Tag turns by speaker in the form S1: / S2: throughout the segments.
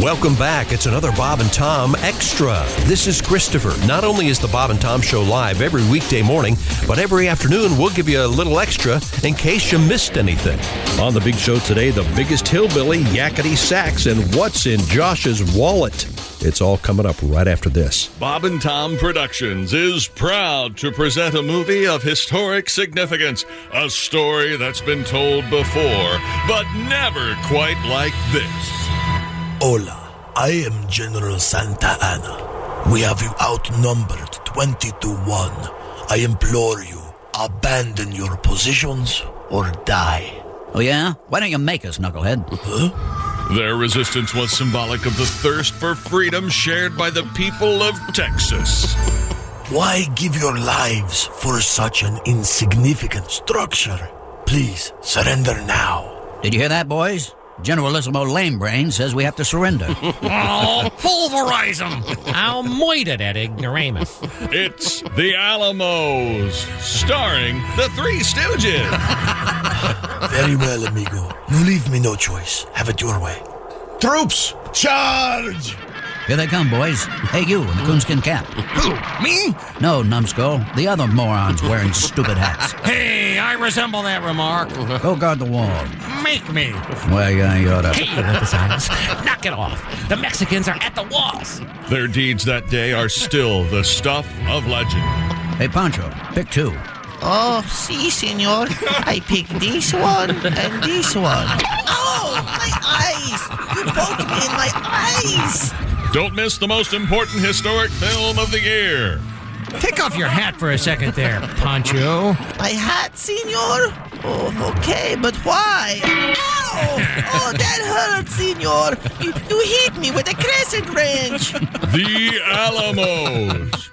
S1: Welcome back. It's another Bob and Tom Extra. This is Christopher. Not only is the Bob and Tom Show live every weekday morning, but every afternoon we'll give you a little extra in case you missed anything. On the big show today, the biggest hillbilly, Yakety Sax, and what's in Josh's wallet. It's all coming up right after this.
S2: Bob and Tom Productions is proud to present a movie of historic significance, a story that's been told before, but never quite like this.
S3: Hola, I am General Santa Anna. We have you outnumbered 20 to 1. I implore you, abandon your positions or die.
S4: Oh, yeah? Why don't you make us, knucklehead?
S2: Their resistance was symbolic of the thirst for freedom shared by the people of Texas.
S3: Why give your lives for such an insignificant structure? Please surrender now.
S4: Did you hear that, boys? Generalissimo Lamebrain says we have to surrender.
S5: Oh, pulverize him! I'll moit it at ignoramus.
S2: It's The Alamos, starring the Three Stooges.
S3: Very well, amigo. You leave me no choice. Have it your way.
S6: Troops, charge!
S4: Here they come, boys. Hey, you in the coonskin cap.
S6: Who? Me?
S4: No, numbskull. The other morons wearing stupid hats.
S5: Hey, I resemble that remark.
S4: Go guard the wall.
S5: Make me.
S4: Well, yeah, you ought
S5: Hey,
S4: to.
S5: Olympus, knock it off. The Mexicans are at the walls.
S2: Their deeds that day are still the stuff of legend.
S4: Hey, Pancho, pick two.
S7: Oh, si, senor. I pick this one and this one. Oh, my eyes! You poked me in my eyes!
S2: Don't miss the most important historic film of the year.
S5: Take off your hat for a second there, Poncho.
S7: My hat, senor? Oh, okay, but why? Ow! Oh, that hurt, senor! You, you hit me with a crescent wrench!
S2: The Alamos.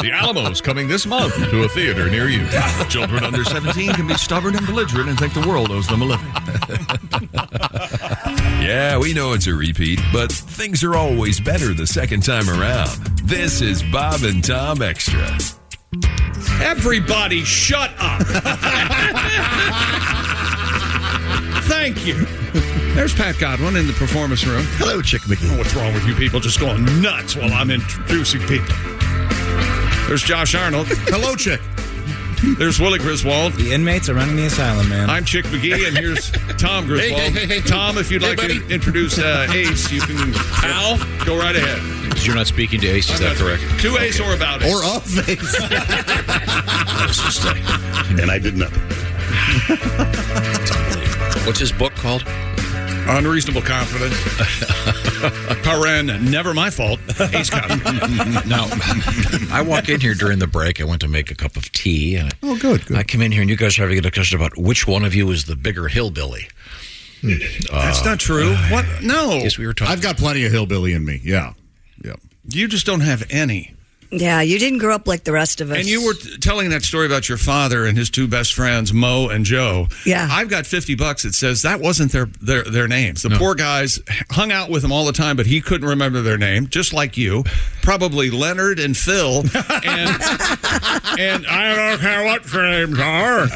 S2: The Alamos coming this month to a theater near you. Children under 17 can be stubborn and belligerent and think the world owes them a living.
S6: Yeah, we know it's a repeat, but things are always better the second time around. This is Bob and Tom Extra.
S8: Everybody, shut up. Thank you. There's Pat Godwin in the performance room.
S9: Hello, Chick McGee.
S8: What's wrong with you people just going nuts while I'm introducing people? There's Josh Arnold.
S9: Hello, Chick.
S8: There's Willie Griswold.
S10: The inmates are running the asylum, man.
S8: I'm Chick McGee, and here's Tom Griswold.
S9: hey, hey, hey.
S8: Tom, if you'd
S9: Hey,
S8: like to
S9: buddy.
S8: introduce uh, Ace, you can. Al, go right ahead.
S9: You're not speaking to Ace, is that correct?
S8: Two Ace or about Ace.
S9: Or off face.
S6: And I did nothing.
S9: What's his book called?
S8: Unreasonable confidence. Paren, never my fault. Ace Cop.
S9: No. I walk in here during the break. I went to make a cup of tea. And I,
S10: Oh, good, good.
S9: I come in here, and you guys are having a discussion about which one of you is the bigger hillbilly.
S8: That's not true. What? No.
S9: Uh, Yes, we were talking.
S10: I've got plenty of hillbilly in me. Yeah, yeah.
S8: You just don't have any.
S11: Yeah, you didn't grow up like the rest of us.
S8: And you were t- telling that story about your father and his two best friends, Mo and Joe.
S11: Yeah.
S8: I've got 50 bucks that says that wasn't their their, their names. The poor guys hung out with him all the time, but he couldn't remember their name, just like you. Probably Leonard and Phil. And, and I don't care what your names are.
S9: Uh,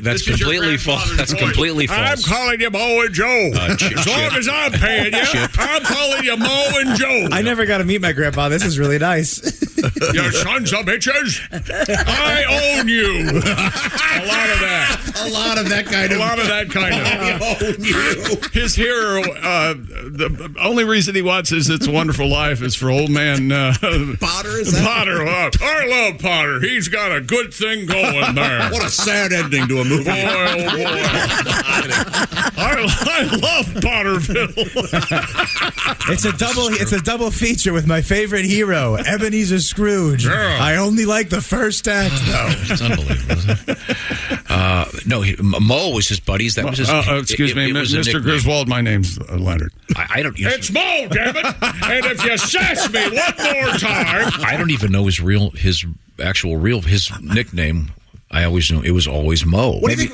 S9: that's
S8: This is your
S9: completely false.
S8: grandfather's
S9: That's
S8: voice.
S9: completely
S8: I'm
S9: false.
S8: calling you Mo and Joe.
S9: Uh, Chip-
S8: as long
S9: Chip.
S8: as I'm paying you, I'm calling you Mo and Joe.
S10: I never got to meet my grandpa. This is really nice.
S8: Your sons of bitches. I own you. A lot of that.
S9: a lot of that kind
S8: A lot of that kind of. His hero, uh, the only reason he watches It's a Wonderful Life is for old man uh,
S9: Potter, is
S8: Potter. Uh, I love Potter. He's got a good thing going there.
S9: a sad ending to a
S8: Boy,
S9: movie.
S8: oh boy. I, I love Potterville.
S10: It's a double. It's a double feature with my favorite hero, Ebenezer Scrooge.
S8: Yeah.
S10: I only like the first act, though.
S9: It's unbelievable. Isn't it? Uh, no, he, M- Mo was his buddies. That was his.
S8: Uh, uh, excuse
S9: it-
S8: me,
S9: it was a
S8: Mr.
S9: nickname.
S8: Griswold. My name's uh, Leonard.
S9: I, I don't.
S8: It's Mo, damn it! And if you sass me one more time,
S9: I don't even know his real, his actual real, his nickname. I always knew it was always Mo.
S11: so his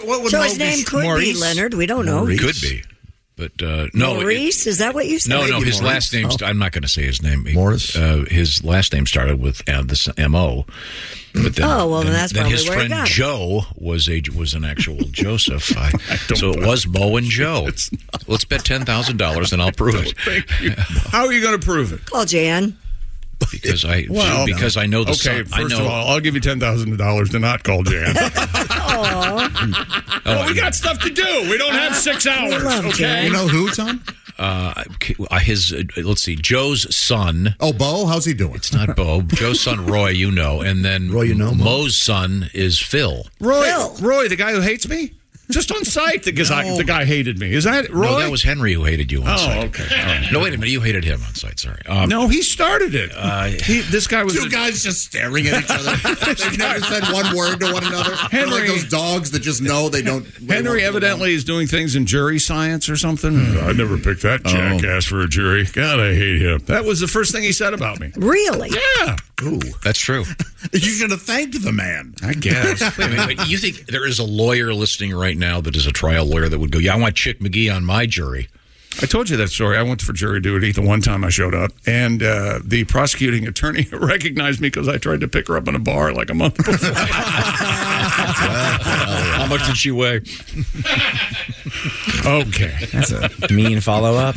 S11: name could be Leonard. We don't know.
S9: Could be. But uh, no, it-
S11: Maurice, is that what you said?
S9: no, no. His last name.
S11: Oh.
S9: i I'm not going to say his name. Morris. Uh, his last name started with uh, this M O. But then,
S11: Oh, well, then that's
S9: then
S11: probably
S9: his
S11: where I
S9: friend
S11: got it.
S9: Joe was a was an actual Joseph. I, so it was Mo and Joe. Let's bet ten thousand dollars, and I'll prove it
S8: How are you going to prove it?
S11: Call Jan.
S9: because I because I know the
S8: Okay,
S9: son-
S8: first
S9: I know,
S8: of all, I'll give you ten thousand dollars to not call Jan.
S9: Oh,
S8: we got stuff to do. We don't have six hours. okay.
S9: who, Tom? Uh, his uh, let's see, Joe's son. Oh, Bo, how's he doing? It's not Bo. Joe's son, Roy, you know, and then Roy, you know, Mo's son is Phil.
S8: Roy, Roy, the guy who hates me, just on sight. The, 'cause I, the guy hated me. Is that Roy?
S9: No, that was Henry who hated you on
S8: Oh,
S9: site.
S8: okay.
S9: All right. No, wait a minute, you hated him on site. Sorry. Um,
S8: no, he started it. He- this guy was
S3: Two guys just staring at each other. They've never said one word to one another. They're
S8: Henry-
S3: like those dogs that just know they don't. they won't
S8: Henry
S3: get along.
S8: evidently is doing things in jury science or something. I never picked that jackass for a jury. God, I hate him. That was the first thing he said about me.
S11: Really?
S8: Yeah.
S9: Ooh, that's true.
S3: You should have thanked the man.
S8: I guess.
S9: Wait a minute, wait, you think there is a lawyer listening right now that is a trial lawyer that would go, "Yeah, I want Chick McGee on my jury."
S8: I told you that story. I went for jury duty the one time I showed up, and uh, the prosecuting attorney recognized me because I tried to pick her up in a bar like a month before. How
S9: much did she weigh?
S8: okay.
S12: That's a mean follow up.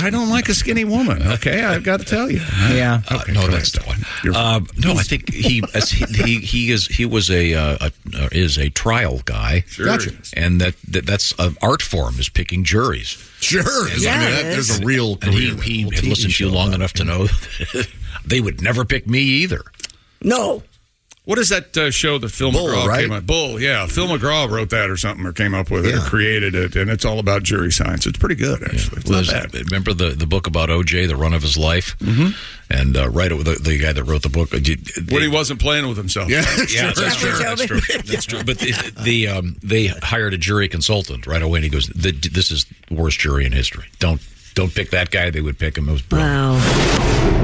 S8: I don't like a skinny woman. Okay, I've got to tell you.
S12: Yeah.
S9: Uh, no, that's not one. Uh, no, I think he as he, he he is he was a, uh, a uh, is a trial guy.
S3: Sure. Gotcha.
S9: And that, that that's an art form is picking juries.
S3: Sure.
S9: And-
S3: Yeah,
S9: and
S3: it
S9: that-
S3: is. There's a real
S9: And he,
S3: career.
S9: he
S3: Whole
S9: had
S3: TV
S9: listened to you
S3: show
S9: long enough to know they would never pick me either.
S11: No.
S8: What is that uh, show that Phil
S9: Bull,
S8: McGraw
S9: right?
S8: came up? Bull, yeah. Phil McGraw wrote that or something, or came up with it, or created it, and it's all about jury science. It's pretty good, actually. It's
S9: Was-
S8: not bad.
S9: remember the, the book about OJ, the run of his life, mm-hmm. and uh, right the, the guy that wrote the book. uh, Did,
S8: When he wasn't playing with himself. Yeah,
S9: Yeah, that's true. That's true. That's true. But the, the um, they hired a jury consultant right away, and he goes, "The- "This is the worst jury in history. Don't don't pick that guy. They would pick him. It was brilliant."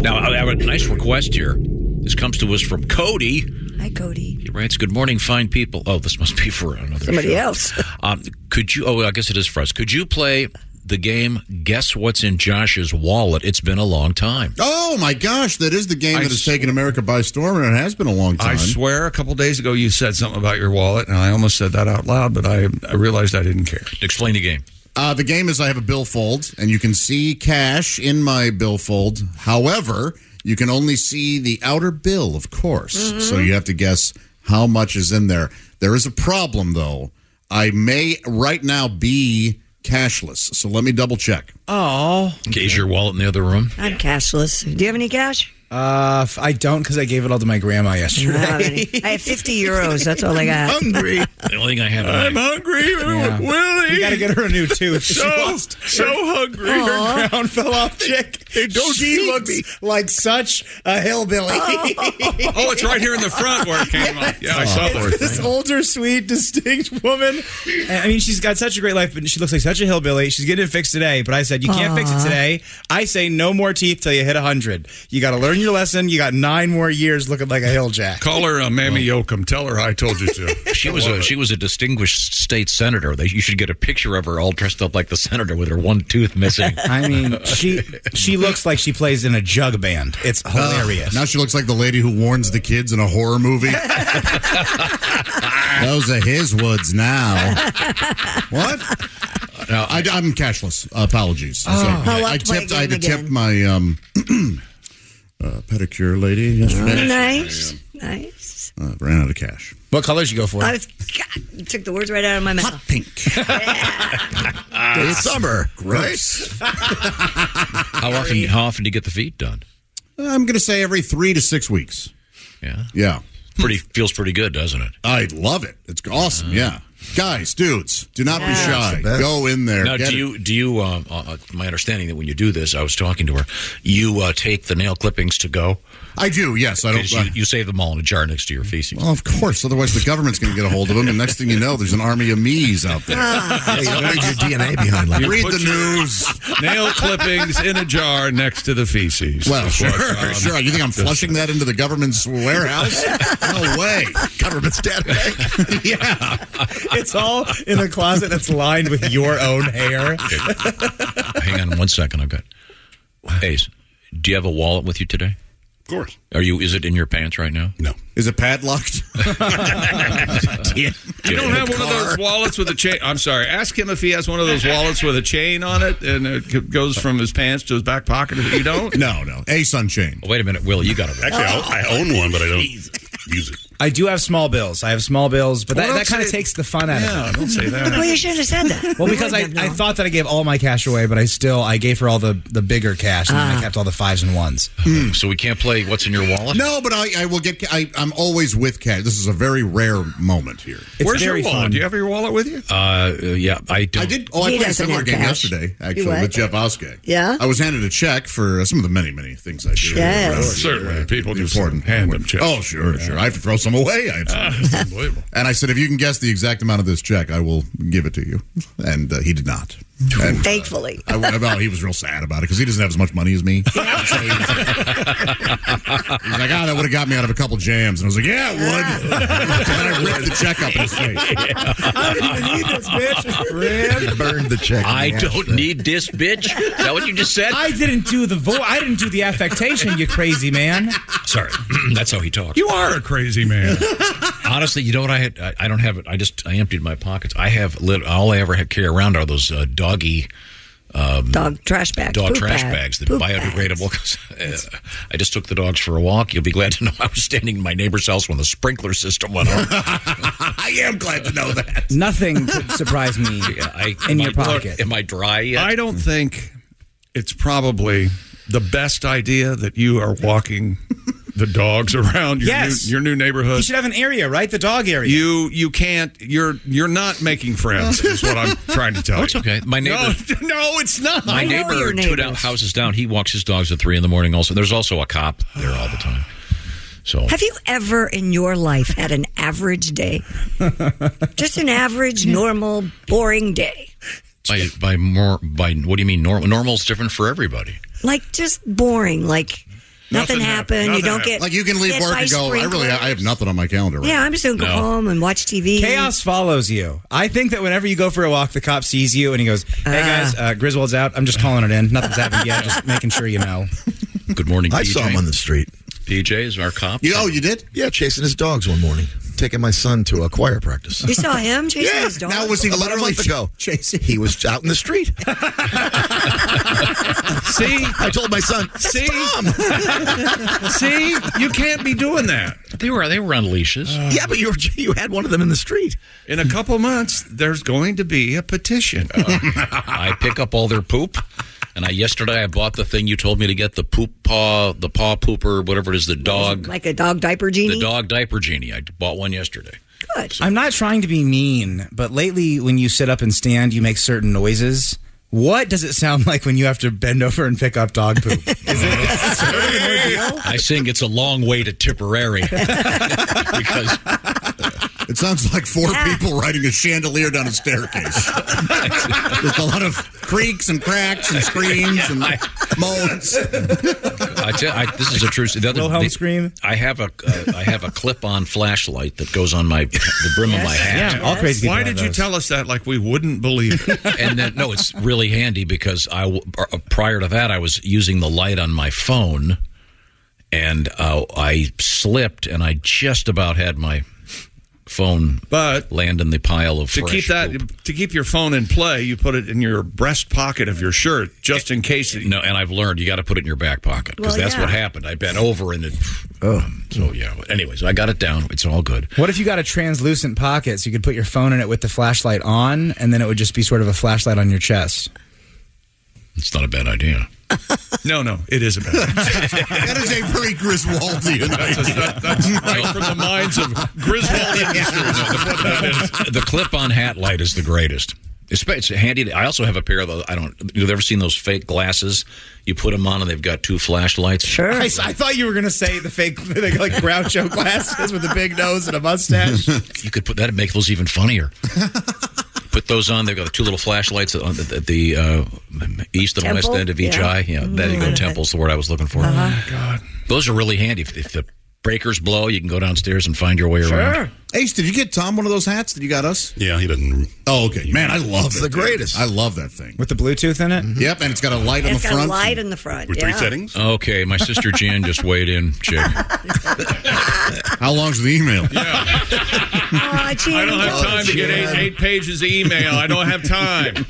S9: Now I have a nice request here. This comes to us from Cody.
S11: Hi, Cody.
S9: He writes, "Good morning, fine people." Oh, this must be for another
S11: Somebody
S9: show.
S11: else.
S9: Um, could you? Oh, I guess it is for us. Could you play the game? Guess what's in Josh's wallet? It's been a long time.
S3: Oh my gosh, that is the game that has taken America by storm, and it has been a long time.
S8: I swear, a couple days ago, you said something about your wallet, and I almost said that out loud, but I, I realized I didn't care.
S9: Explain the game.
S3: Uh, the game is I have a billfold, and you can see cash in my billfold. However, you can only see the outer bill, of course.
S13: Mhm.
S3: So you have to guess how much is in there. There is a problem, though. I may right now be cashless. So let me double check.
S11: Oh.
S9: Okay, Is your wallet in the other room?
S11: I'm cashless. Do you have any cash?
S5: Uh, f- I don't because I gave it all to my grandma yesterday.
S11: I don't have any. I have 50 euros. That's all I got.
S5: Hungry.
S9: The only thing I have.
S5: I'm
S9: hungry.
S5: Willie. You got to get her a new tooth.
S9: So-
S2: so hungry.
S5: Her crown fell off, chick.
S2: don't
S5: she
S2: cheat.
S5: looks like such a hillbilly.
S8: Oh, it's right here in the front where it came up. Yeah, I saw
S5: It's this
S8: that.
S5: older, sweet, distinct woman. And, I mean, she's got such a great life, but she looks like such a hillbilly. She's getting it fixed today, but I said, you can't fix
S11: Aw.
S5: it today. I say no more teeth till you hit 100. You got to learn your lesson. You got nine more years looking like a hill jack.
S8: Call her uh, Mammy
S3: Oh.
S8: Yoakum. Tell her I told you to.
S9: She was a she was a distinguished state senator. They- You should get a picture of her all dressed up like the senator with her one tooth missing.
S5: I mean, she she looks like she plays in a jug band. It's hilarious.
S3: Uh, now she looks like the lady who warns the kids in a horror movie. Those are his woods now. What? I, am cashless. Apologies.
S11: Oh. How
S3: I, I
S11: lucky
S3: tipped.
S11: I
S3: I had to
S11: didn't
S3: tip my um, uh, pedicure lady yesterday.
S11: nice. Nice.
S3: Uh, ran out of cash.
S5: What colors you go for?
S11: I was, Oh, God, you took the words right out of my mouth. Hot
S3: pink.
S9: It's
S3: summer,
S9: gross. how often how often do you get the feet done?
S3: I'm going to say every three to six weeks.
S9: Yeah.
S3: Yeah.
S9: Pretty feels pretty good, doesn't it?
S3: I love it. It's awesome.
S8: Mm.
S3: yeah. Guys, dudes, do not be
S9: Yeah.
S3: shy. Go in there.
S9: Now,
S3: Get
S9: do
S3: it.
S9: you do you? Um, uh, uh, my understanding that when you do this, I was talking to her. You uh, take the nail clippings to go.
S3: I do. Yes, I don't-
S9: You, you save them all in a jar next to your feces.
S3: Well, of course. Otherwise, the government's going to get a hold of them, and next thing you know, there's an army of me's out there.
S5: Ah.
S8: you don't leave your DNA
S3: behind.
S8: like that.
S3: Read
S8: Put
S3: the
S8: your-
S3: news.
S8: Nail clippings in a jar next to the feces.
S3: Well,
S8: That's
S3: sure,
S8: what, um,
S3: sure. You think I'm flushing that into the government's warehouse? No way. Government's dead. yeah.
S5: It's all in a closet that's lined with your own hair.
S9: Hang on one second. I've got. Ace, do you have a wallet with you today?
S3: Of course.
S9: Are you? Is it in your pants right now?
S3: No. Is it padlocked?
S8: You don't
S9: Yeah.
S8: have one of those wallets with a chain. I'm sorry. Ask him if he has one of those wallets with a chain on it, and it c- goes from his pants to his back pocket. If you don't,
S3: no, no. A sunchain.
S9: Wait a minute, Will. You got a
S8: Actually, I
S5: own one, but I don't
S9: use it.
S5: I do have small bills. I have small bills, but
S11: Well,
S5: that,
S11: don't
S5: that kind of
S11: say-
S5: takes the fun out
S11: Yeah,
S5: of it.
S11: don't say that. Well, you shouldn't have said that.
S5: Well,
S11: You
S5: because I,
S11: wouldn't
S5: I
S11: have known.
S5: thought that I gave all my cash away, but I still I gave her all the, the bigger cash, and then
S3: Ah.
S5: I kept all the fives and ones.
S8: Hmm.
S9: So we can't play what's in your wallet.
S3: No, but I, I will get. I, I'm always with cash. This is a very rare moment here.
S9: It's Where's your very wallet? fun. Do you
S8: have your wallet with you?
S9: Uh, uh, yeah, I do.
S3: I did. Oh, I
S11: He
S3: played a
S11: doesn't
S3: similar
S11: have
S3: game
S11: cash.
S3: yesterday,
S11: You
S3: actually,
S11: what?
S3: with Jeff Oskag.
S11: Yeah?
S3: I was handed a check for uh, some of the many, many things I do.
S11: Yes.
S8: Certainly,
S3: people just important. hand them checks. Oh, sure, sure. I have to throw some away. I have some.
S8: Ah, unbelievable.
S3: and I said, if you can guess the exact amount of this check, I will give it to you. And uh, he did not. And, uh,
S11: Thankfully.
S3: I went about. He was real sad about it because he doesn't have as much money as me. He's like, ah, that would have got me out of a couple jams. And I was like, yeah, it would. and then I ripped the check up in his face.
S5: I don't even need this, bitch.
S9: Burn
S3: the check.
S9: I
S5: Yeah,
S9: don't need this, bitch. Is that what you just said?
S5: I didn't do the vo- I didn't do the affectation, you crazy man.
S9: Sorry, that's how he talks.
S8: You are a crazy man.
S9: Honestly, you know what? I had I, I don't have it. I just I emptied my pockets. I have lit, all I ever had carry around are those uh, doggy. Um,
S11: dog trash bags.
S9: Dog
S11: poop
S9: trash
S11: bag,
S9: bags, the
S11: poop
S9: biodegradable. 'cause, uh, I just took the dogs for a walk. You'll be glad to know I was standing in my neighbor's house when the sprinkler system went on.
S3: I am glad to know that.
S5: Nothing could surprise me uh,
S9: I,
S5: in
S9: am
S5: your
S9: I, look,
S5: pocket.
S9: am I dry yet?
S8: I don't think it's probably the best idea that you are walking the dogs around your
S5: Yes.
S8: new, your new neighborhood.
S5: You should have an area, right? The dog area.
S8: You you can't. You're you're not making friends. is what I'm trying to tell
S9: Oh, it's
S8: you.
S9: okay. My neighbor-
S8: No, no, it's not.
S9: My neighbor, two down, houses down, he walks his dogs at three in the morning. Also, there's also a cop there all the time. So
S11: Have you ever in your life had an average day? Just an average, normal, boring day.
S9: by by more by what do you mean? Normal normal's different for everybody.
S11: Like just boring. Like nothing,
S9: Nothing
S11: happened.
S9: happened.
S11: You don't
S9: Nothing
S11: get
S3: Like you can leave
S11: hit
S3: work
S11: by
S3: and go. I really, I have nothing on my calendar.
S11: sprinklers. Yeah, I'm just gonna go home and watch TV.
S5: Chaos follows you. I think that whenever you go for a walk, the cop sees you and he goes, "Hey guys, uh, Griswold's out. I'm just calling it in. Nothing's happened yet. Just making sure you know."
S9: Good morning.
S13: I
S9: PJ.
S13: saw him on the street.
S9: PJ is our cop.
S13: You, oh, you did? Yeah, chasing his dogs one morning, taking my son to a choir practice.
S11: You saw him chasing
S13: yeah.
S11: his dog?
S13: Now was he
S11: About a
S13: literally
S11: month
S13: ago? Chasing. He was out in the street.
S8: See,
S13: I told my son.
S8: See, see, you can't be doing that.
S9: They were they were on leashes.
S13: yeah, but you were, you had one of them in the street.
S8: In a couple months, there's going to be a petition.
S9: I pick up all their poop. And I yesterday I bought the thing you told me to get the poop paw, the paw pooper, whatever it is, the dog,
S11: Like a dog diaper genie?
S9: the dog diaper genie. I bought one yesterday.
S5: I'm not trying to be mean, but lately when you sit up and stand, you make certain noises. What does it sound like when you have to bend over and pick up dog poop?
S9: I sing it's a long way to Tipperary because
S3: It sounds like four people riding a chandelier down a staircase. Just a lot of creaks and cracks and screams and moans.
S9: I tell, I, this is a true. The other,
S3: Wilhelm
S9: the-
S5: scream.
S9: I have a uh, I have a clip-on flashlight that goes on my the brim of my hat.
S8: Why did you tell us that like we wouldn't believe it?
S9: and then no, it's really handy because I w- uh, prior to that I was using the light on my phone, and uh, I slipped and I just about had my phone
S8: but
S9: land in the pile of
S8: to
S9: fresh
S8: keep that to keep your phone in play, you put it in your breast pocket of your shirt just in case.
S9: No, and I've learned you got to put it in your back pocket because
S8: Well,
S9: that's
S8: yeah.
S9: what happened. I bent over and it. So yeah. but Anyways, I got it down. It's all good.
S5: What if you got a translucent pocket so you could put your phone in it with the flashlight on, and then it would just be sort of a flashlight on your chest?
S9: It's not a bad idea.
S8: No, no, it is a bad idea.
S3: that is a very Griswoldian idea.
S8: That's right from the minds of Griswold Industries.
S9: the clip-on hat light is the greatest. It's, it's handy. to- I also have a pair of those. I don't. You've ever seen those fake glasses? You put them on and they've got two flashlights. Sure.
S5: I, I thought you were going to say the fake, the, like Groucho glasses with a big nose and a mustache.
S9: you could put that and make those even funnier. put those on. They've got the two little flashlights on the, the, the uh, east and west
S5: Temple?
S9: end of each
S5: Yeah. Mm-hmm. Uh-huh.
S9: eye. Yeah, there you go. Temple's the word I was looking for. Oh my god, those are really handy. If, if the breakers blow, you can go downstairs and find your way around.
S3: Ace, did you get Tom one of those hats that you got us?
S9: Yeah, he didn't.
S3: Oh, okay. Man, I love
S11: It's
S3: it.
S11: the
S3: dude.
S11: greatest.
S3: I love that thing.
S5: With the Bluetooth in it?
S8: Mm-hmm.
S3: Yep, and it's got a light on
S11: It's
S3: the
S11: got a
S3: front.
S11: light in the front. yeah.
S9: Okay, my sister Jan just weighed in. Check.
S3: How long's the email?
S11: I
S8: don't
S9: Oh,
S8: have time to get eight, eight pages of email. I don't have time.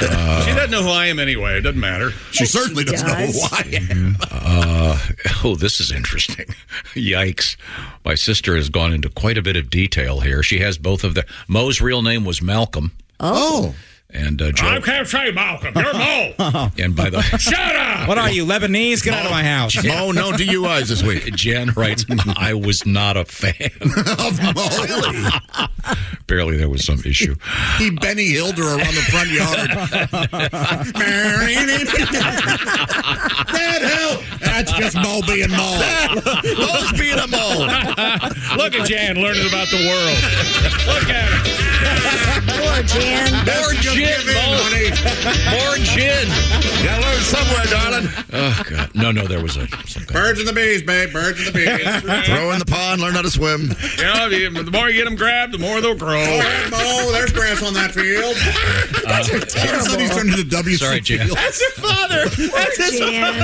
S9: Uh,
S8: she doesn't know who I am anyway. It doesn't matter.
S3: She certainly doesn't know who I am.
S9: Uh, oh, this is interesting. Yikes. My sister has gone into quite a bit of detail here. She has both of their. Mo's real name was Malcolm.
S11: Oh.
S9: And uh, Joe.
S8: can't say Malcolm. You're Mo.
S9: And by the
S8: Shut up!
S5: What are you, Lebanese? Get out of my house.
S9: Mo, Oh, no DUIs this week. Jan writes, I was not a fan.
S3: really?
S9: Apparently, there was some issue.
S3: He Benny Hilder around the front yard. that help. That's just Mo being Mo. Mo's being a Mo.
S8: Look at Jan learning about the world.
S11: Poor Jan.
S3: More gin, honey.
S9: More gin.
S3: Gotta learn somewhere, darling.
S9: Oh, God. No, no, there was a. Some kind
S3: Birds and the bees, babe. Birds and the bees.
S13: Throw in the pond, learn how to swim.
S8: You know, the- the more you get them grabbed, the more they'll grow.
S3: Mo, Oh, there's grass on that field.
S9: That's
S3: All of a sudden, he's turned into W.
S9: Sorry, Jan.
S3: That's
S8: your father. That's
S11: his Jan.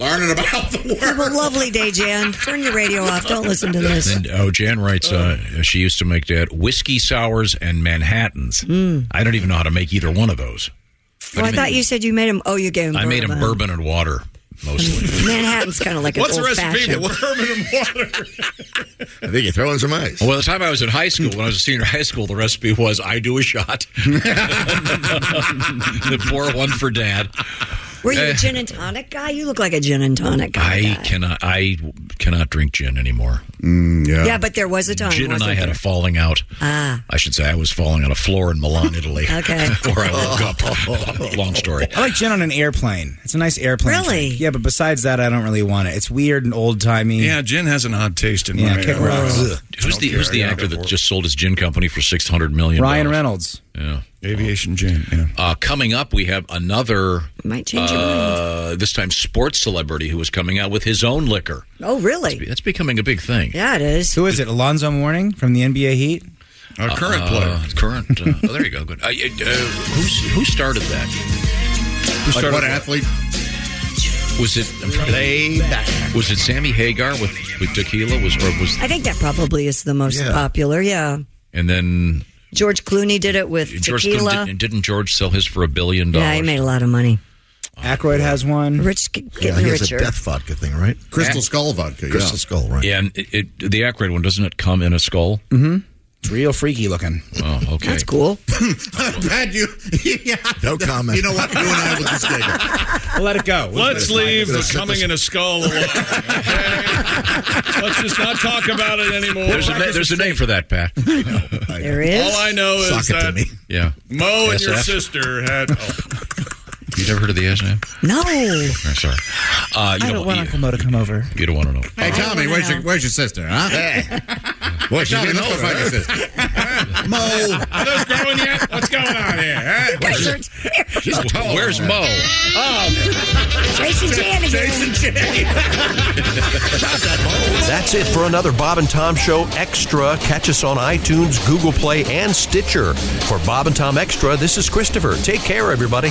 S3: Learning about the world.
S11: Have a lovely day, Jan. Turn your radio off. Don't listen to this.
S9: And oh, Jan writes, uh, she used to make that whiskey sours and Manhattans. I don't even know how to make either one of those.
S11: Well, Oh, I thought you said you made him. Oh, you gave him.
S9: I made them bourbon and water mostly.
S11: Manhattan's kind of like an
S9: What's the
S11: old
S9: recipe?
S11: fashioned.
S9: What-
S13: I think you throw in some ice.
S9: Well, the time I was in high school, when I was a senior in high school, the recipe was I do a shot, the pour one for dad.
S11: Were you
S9: Eh.
S11: a gin and tonic guy? You look like a gin and tonic guy.
S9: I cannot, I cannot drink gin anymore.
S11: Yeah, but there was a time.
S9: Gin and
S11: wasn't
S9: I had
S11: there?
S9: a falling out.
S11: Ah.
S9: I should say I was falling on a floor in Milan, Italy.
S11: Okay.
S9: where I woke up. Long story.
S5: I like gin on an airplane. It's a nice airplane. Really? Yeah, but besides that, I don't really want it. It's weird and old timey.
S8: Yeah, gin has an odd taste in
S5: yeah,
S8: my
S5: kick
S8: mouth.
S5: rocks.
S8: Ugh.
S9: Who's the Who's the actor that just sold his gin company for six hundred million?
S5: Ryan Reynolds.
S9: Yeah.
S8: Aviation gin. Yeah.
S9: Uh, coming up, we have another.
S11: Might change your
S9: uh, This time, sports celebrity who is coming out with his own liquor.
S11: Oh, really?
S9: That's becoming a big thing.
S11: Yeah, it is.
S5: Who is it? Alonzo Mourning from the NBA Heat?
S8: Our current
S9: Uh,
S8: player.
S9: Current. Uh, oh, there you go. Good. Uh, uh, who's, who started that? Who
S3: Like what
S9: that?
S3: athlete?
S9: Was it? I'm trying to- Was it Sammy Hagar with with tequila? Was or was?
S11: I think that probably is the most
S9: Yeah.
S11: popular. Yeah.
S9: And then
S11: George Clooney did it with
S9: George
S11: tequila.
S9: Clooney- didn't, didn't George sell his for a billion dollars?
S11: yeah, he made a lot of money.
S5: Aykroyd has one.
S11: Rich, getting richer.
S13: vodka thing, right?
S3: Crystal Skull vodka.
S13: Crystal
S3: yeah.
S13: Skull, right?
S9: Yeah, and it, it, the Aykroyd one doesn't it come in a skull?
S5: Mm-hmm. It's real freaky looking.
S9: Oh, okay.
S5: That's cool.
S3: I'm glad you. Yeah.
S5: No comment.
S3: You know what? You and I will just take it.
S5: Let it go.
S8: Let's leave the coming in a skull alone. okay? Let's just not talk about it anymore.
S9: There's a, na- there's a name for that, Pat.
S11: There
S8: All I know is
S9: Sock it to
S8: that
S9: me. Yeah.
S8: Mo and your
S9: SF.
S8: sister had. Oh,
S9: You never heard of the S-Name?
S11: No.
S9: sorry. Uh, you
S5: I don't want
S9: you,
S5: Uncle Mo to come over.
S9: you don't want to know.
S3: Hey, Tommy, where's your, where's your sister, huh? Hey.
S9: Boy, she's
S3: Tommy,
S9: getting
S3: let's go
S9: older,
S3: find
S9: huh?
S3: your sister. Mo.
S8: Are those growing yet? What's going on here? huh?
S9: She's tall. Where's Mo?
S11: Jason Jan again.
S3: Jason
S1: That's it for another Bob and Tom Show Extra. Catch us on iTunes, Google Play, and Stitcher. For Bob and Tom Extra, this is Christopher. Take care, everybody.